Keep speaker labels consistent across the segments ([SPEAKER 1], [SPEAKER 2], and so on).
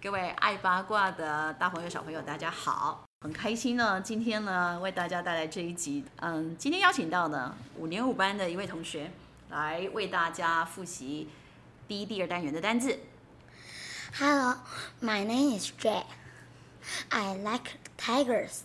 [SPEAKER 1] 各位爱八卦的大朋友、小朋友，大家好！很开心呢，今天呢为大家带来这一集。嗯，今天邀请到呢五年五班的一位同学来为大家复习第一、第二单元的单字。
[SPEAKER 2] Hello, my name is Jay. I like tigers.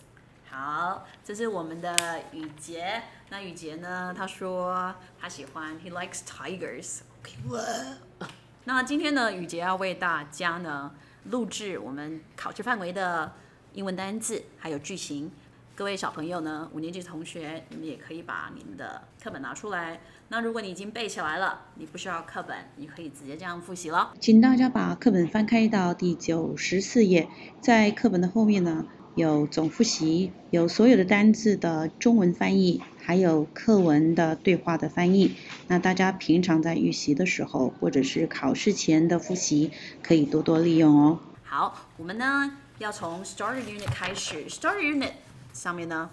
[SPEAKER 1] 好，这是我们的雨杰。那雨杰呢，他说他喜欢 he likes tigers。OK，哇！那今天呢，雨杰要为大家呢录制我们考试范围的英文单字还有句型。各位小朋友呢，五年级同学，你们也可以把你们的课本拿出来。那如果你已经背起来了，你不需要课本，你可以直接这样复习了。
[SPEAKER 3] 请大家把课本翻开到第九十四页，在课本的后面呢有总复习，有所有的单字的中文翻译，还有课文的对话的翻译。那大家平常在预习的时候，或者是考试前的复习，可以多多利用哦。
[SPEAKER 1] 好，我们呢要从 Story Unit 开始。Story Unit 上面呢，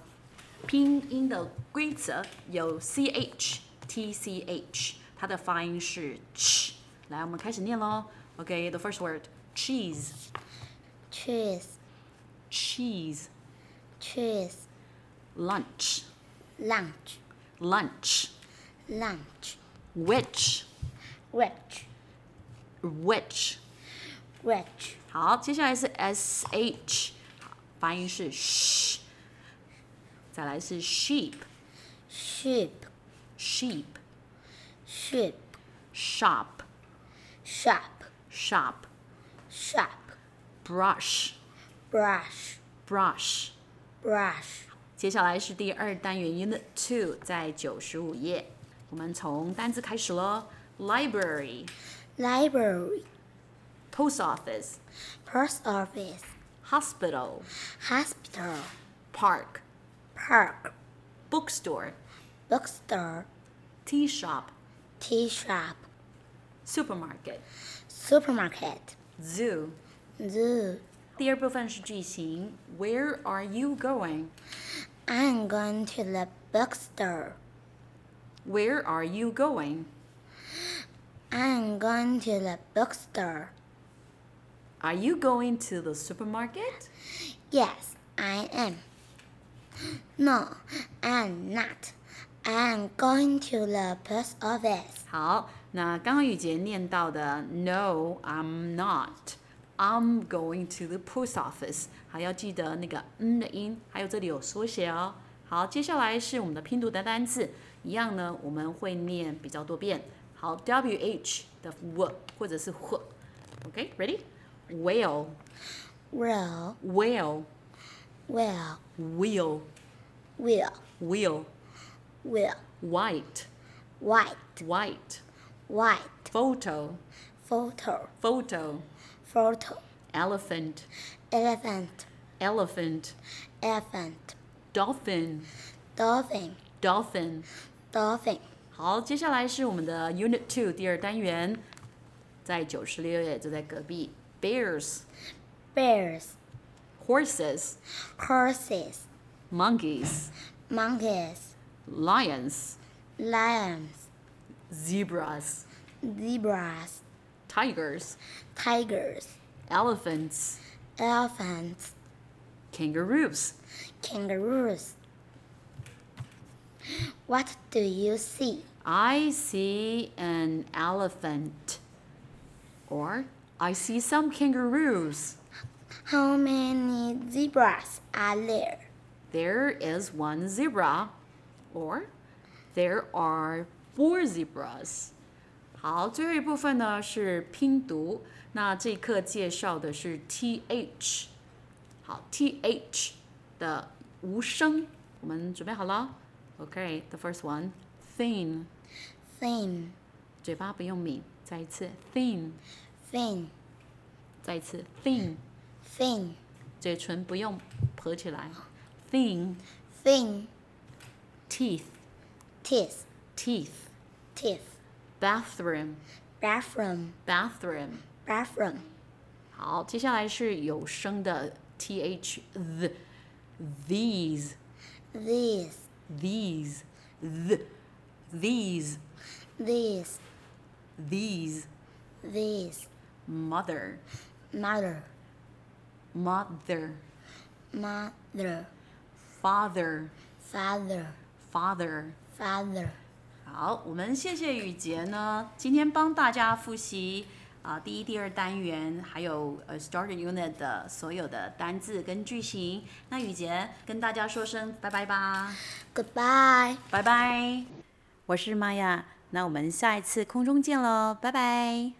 [SPEAKER 1] 拼音的规则有 C H T C H，它的发音是 ch。来，我们开始念喽。OK，the、first word cheese
[SPEAKER 2] Cheese,
[SPEAKER 1] cheese
[SPEAKER 2] cheese,
[SPEAKER 1] lunch
[SPEAKER 2] lunch,
[SPEAKER 1] lunch
[SPEAKER 2] lunch,
[SPEAKER 1] which
[SPEAKER 2] rich,
[SPEAKER 1] which。
[SPEAKER 2] rich,
[SPEAKER 1] 好，接下来是 S H，发音是 sh。再来是 sheep
[SPEAKER 2] sheep,
[SPEAKER 1] sheep
[SPEAKER 2] sheep,
[SPEAKER 1] shop
[SPEAKER 2] shop,
[SPEAKER 1] shop
[SPEAKER 2] shop,
[SPEAKER 1] brush
[SPEAKER 2] brush,
[SPEAKER 1] brush。
[SPEAKER 2] brush,
[SPEAKER 1] 接下来是第二单元 Unit Two，在九十五页，我们从单字开始喽。Library、
[SPEAKER 2] library,
[SPEAKER 1] Post Office、
[SPEAKER 2] post office,
[SPEAKER 1] Hospital、
[SPEAKER 2] hospital,
[SPEAKER 1] Park、
[SPEAKER 2] park,
[SPEAKER 1] Bookstore、
[SPEAKER 2] bookstore,
[SPEAKER 1] Tea Shop、
[SPEAKER 2] tea shop,
[SPEAKER 1] Supermarket、
[SPEAKER 2] supermarket,
[SPEAKER 1] Zoo。
[SPEAKER 2] zoo.
[SPEAKER 1] 第二部分是句型，Where are you going?
[SPEAKER 2] I'm going to the bookstore.
[SPEAKER 1] Where are you going?
[SPEAKER 2] I'm going to the bookstore.
[SPEAKER 1] Are you going to the supermarket?
[SPEAKER 2] Yes, I am. No, I'm not. I'm going to the post office.
[SPEAKER 1] 好，那刚刚雨杰念到的，No, I'm not. I'm going to the post office. 还要记得那个嗯的音，还有这里有缩写哦。好，接下来是我们的拼读的单字，一样呢，我们会念比较多遍。好，W H 的 w 或者是 h。OK, ready? Whale,
[SPEAKER 2] Will,
[SPEAKER 1] whale,
[SPEAKER 2] will,
[SPEAKER 1] wheel,
[SPEAKER 2] will,
[SPEAKER 1] wheel.
[SPEAKER 2] will.
[SPEAKER 1] White,
[SPEAKER 2] White,
[SPEAKER 1] white.
[SPEAKER 2] white.
[SPEAKER 1] Photo,
[SPEAKER 2] Photo,
[SPEAKER 1] photo.
[SPEAKER 2] photo.
[SPEAKER 1] Elephant,
[SPEAKER 2] Elephant,
[SPEAKER 1] elephant.
[SPEAKER 2] elephant.
[SPEAKER 1] Dolphin,
[SPEAKER 2] Dolphin,
[SPEAKER 1] dolphin。
[SPEAKER 2] dolphin.
[SPEAKER 1] 好，接下来是我们的 Unit Two 第二单元，在九十六页，就在隔壁。Bears,
[SPEAKER 2] Bears,
[SPEAKER 1] horses,
[SPEAKER 2] horses,
[SPEAKER 1] monkeys,
[SPEAKER 2] monkeys,
[SPEAKER 1] lions,
[SPEAKER 2] lions,
[SPEAKER 1] zebras,
[SPEAKER 2] zebras.
[SPEAKER 1] tigers,
[SPEAKER 2] tigers,
[SPEAKER 1] elephants,
[SPEAKER 2] elephants,
[SPEAKER 1] kangaroos。
[SPEAKER 2] kangaroos. What do you see?
[SPEAKER 1] I see an elephant, or I see some kangaroos.
[SPEAKER 2] How many zebras are there?
[SPEAKER 1] There is one zebra, or there are four zebras. 好，最后一部分呢是拼读。那这一课介绍的是 th，好，th 的无声。我们准备好了？OK，the、first one thin，
[SPEAKER 2] Thin,
[SPEAKER 1] 嘴巴不用抿，再一次 thin，
[SPEAKER 2] thin,
[SPEAKER 1] 再一次 thin，
[SPEAKER 2] thin,
[SPEAKER 1] 嘴唇不用合起来，thin
[SPEAKER 2] thin.
[SPEAKER 1] teeth
[SPEAKER 2] Teeth,
[SPEAKER 1] teeth
[SPEAKER 2] teeth.
[SPEAKER 1] bathroom
[SPEAKER 2] Bathroom,
[SPEAKER 1] bathroom。
[SPEAKER 2] bathroom.
[SPEAKER 1] 好，接下来是有声的 t h the these
[SPEAKER 2] These,
[SPEAKER 1] these the these
[SPEAKER 2] these,
[SPEAKER 1] these
[SPEAKER 2] these.
[SPEAKER 1] mother
[SPEAKER 2] Mother,
[SPEAKER 1] mother,
[SPEAKER 2] mother,
[SPEAKER 1] father,
[SPEAKER 2] father,
[SPEAKER 1] father。
[SPEAKER 2] father.
[SPEAKER 1] 好，我们谢谢雨杰呢，今天帮大家复习啊、呃第一、第二单元，还有呃 starter unit 的所有的单字跟句型。那雨杰跟大家说声拜拜吧，
[SPEAKER 2] Goodbye.
[SPEAKER 1] 拜拜。我是玛雅，那我们下一次空中见喽，拜拜。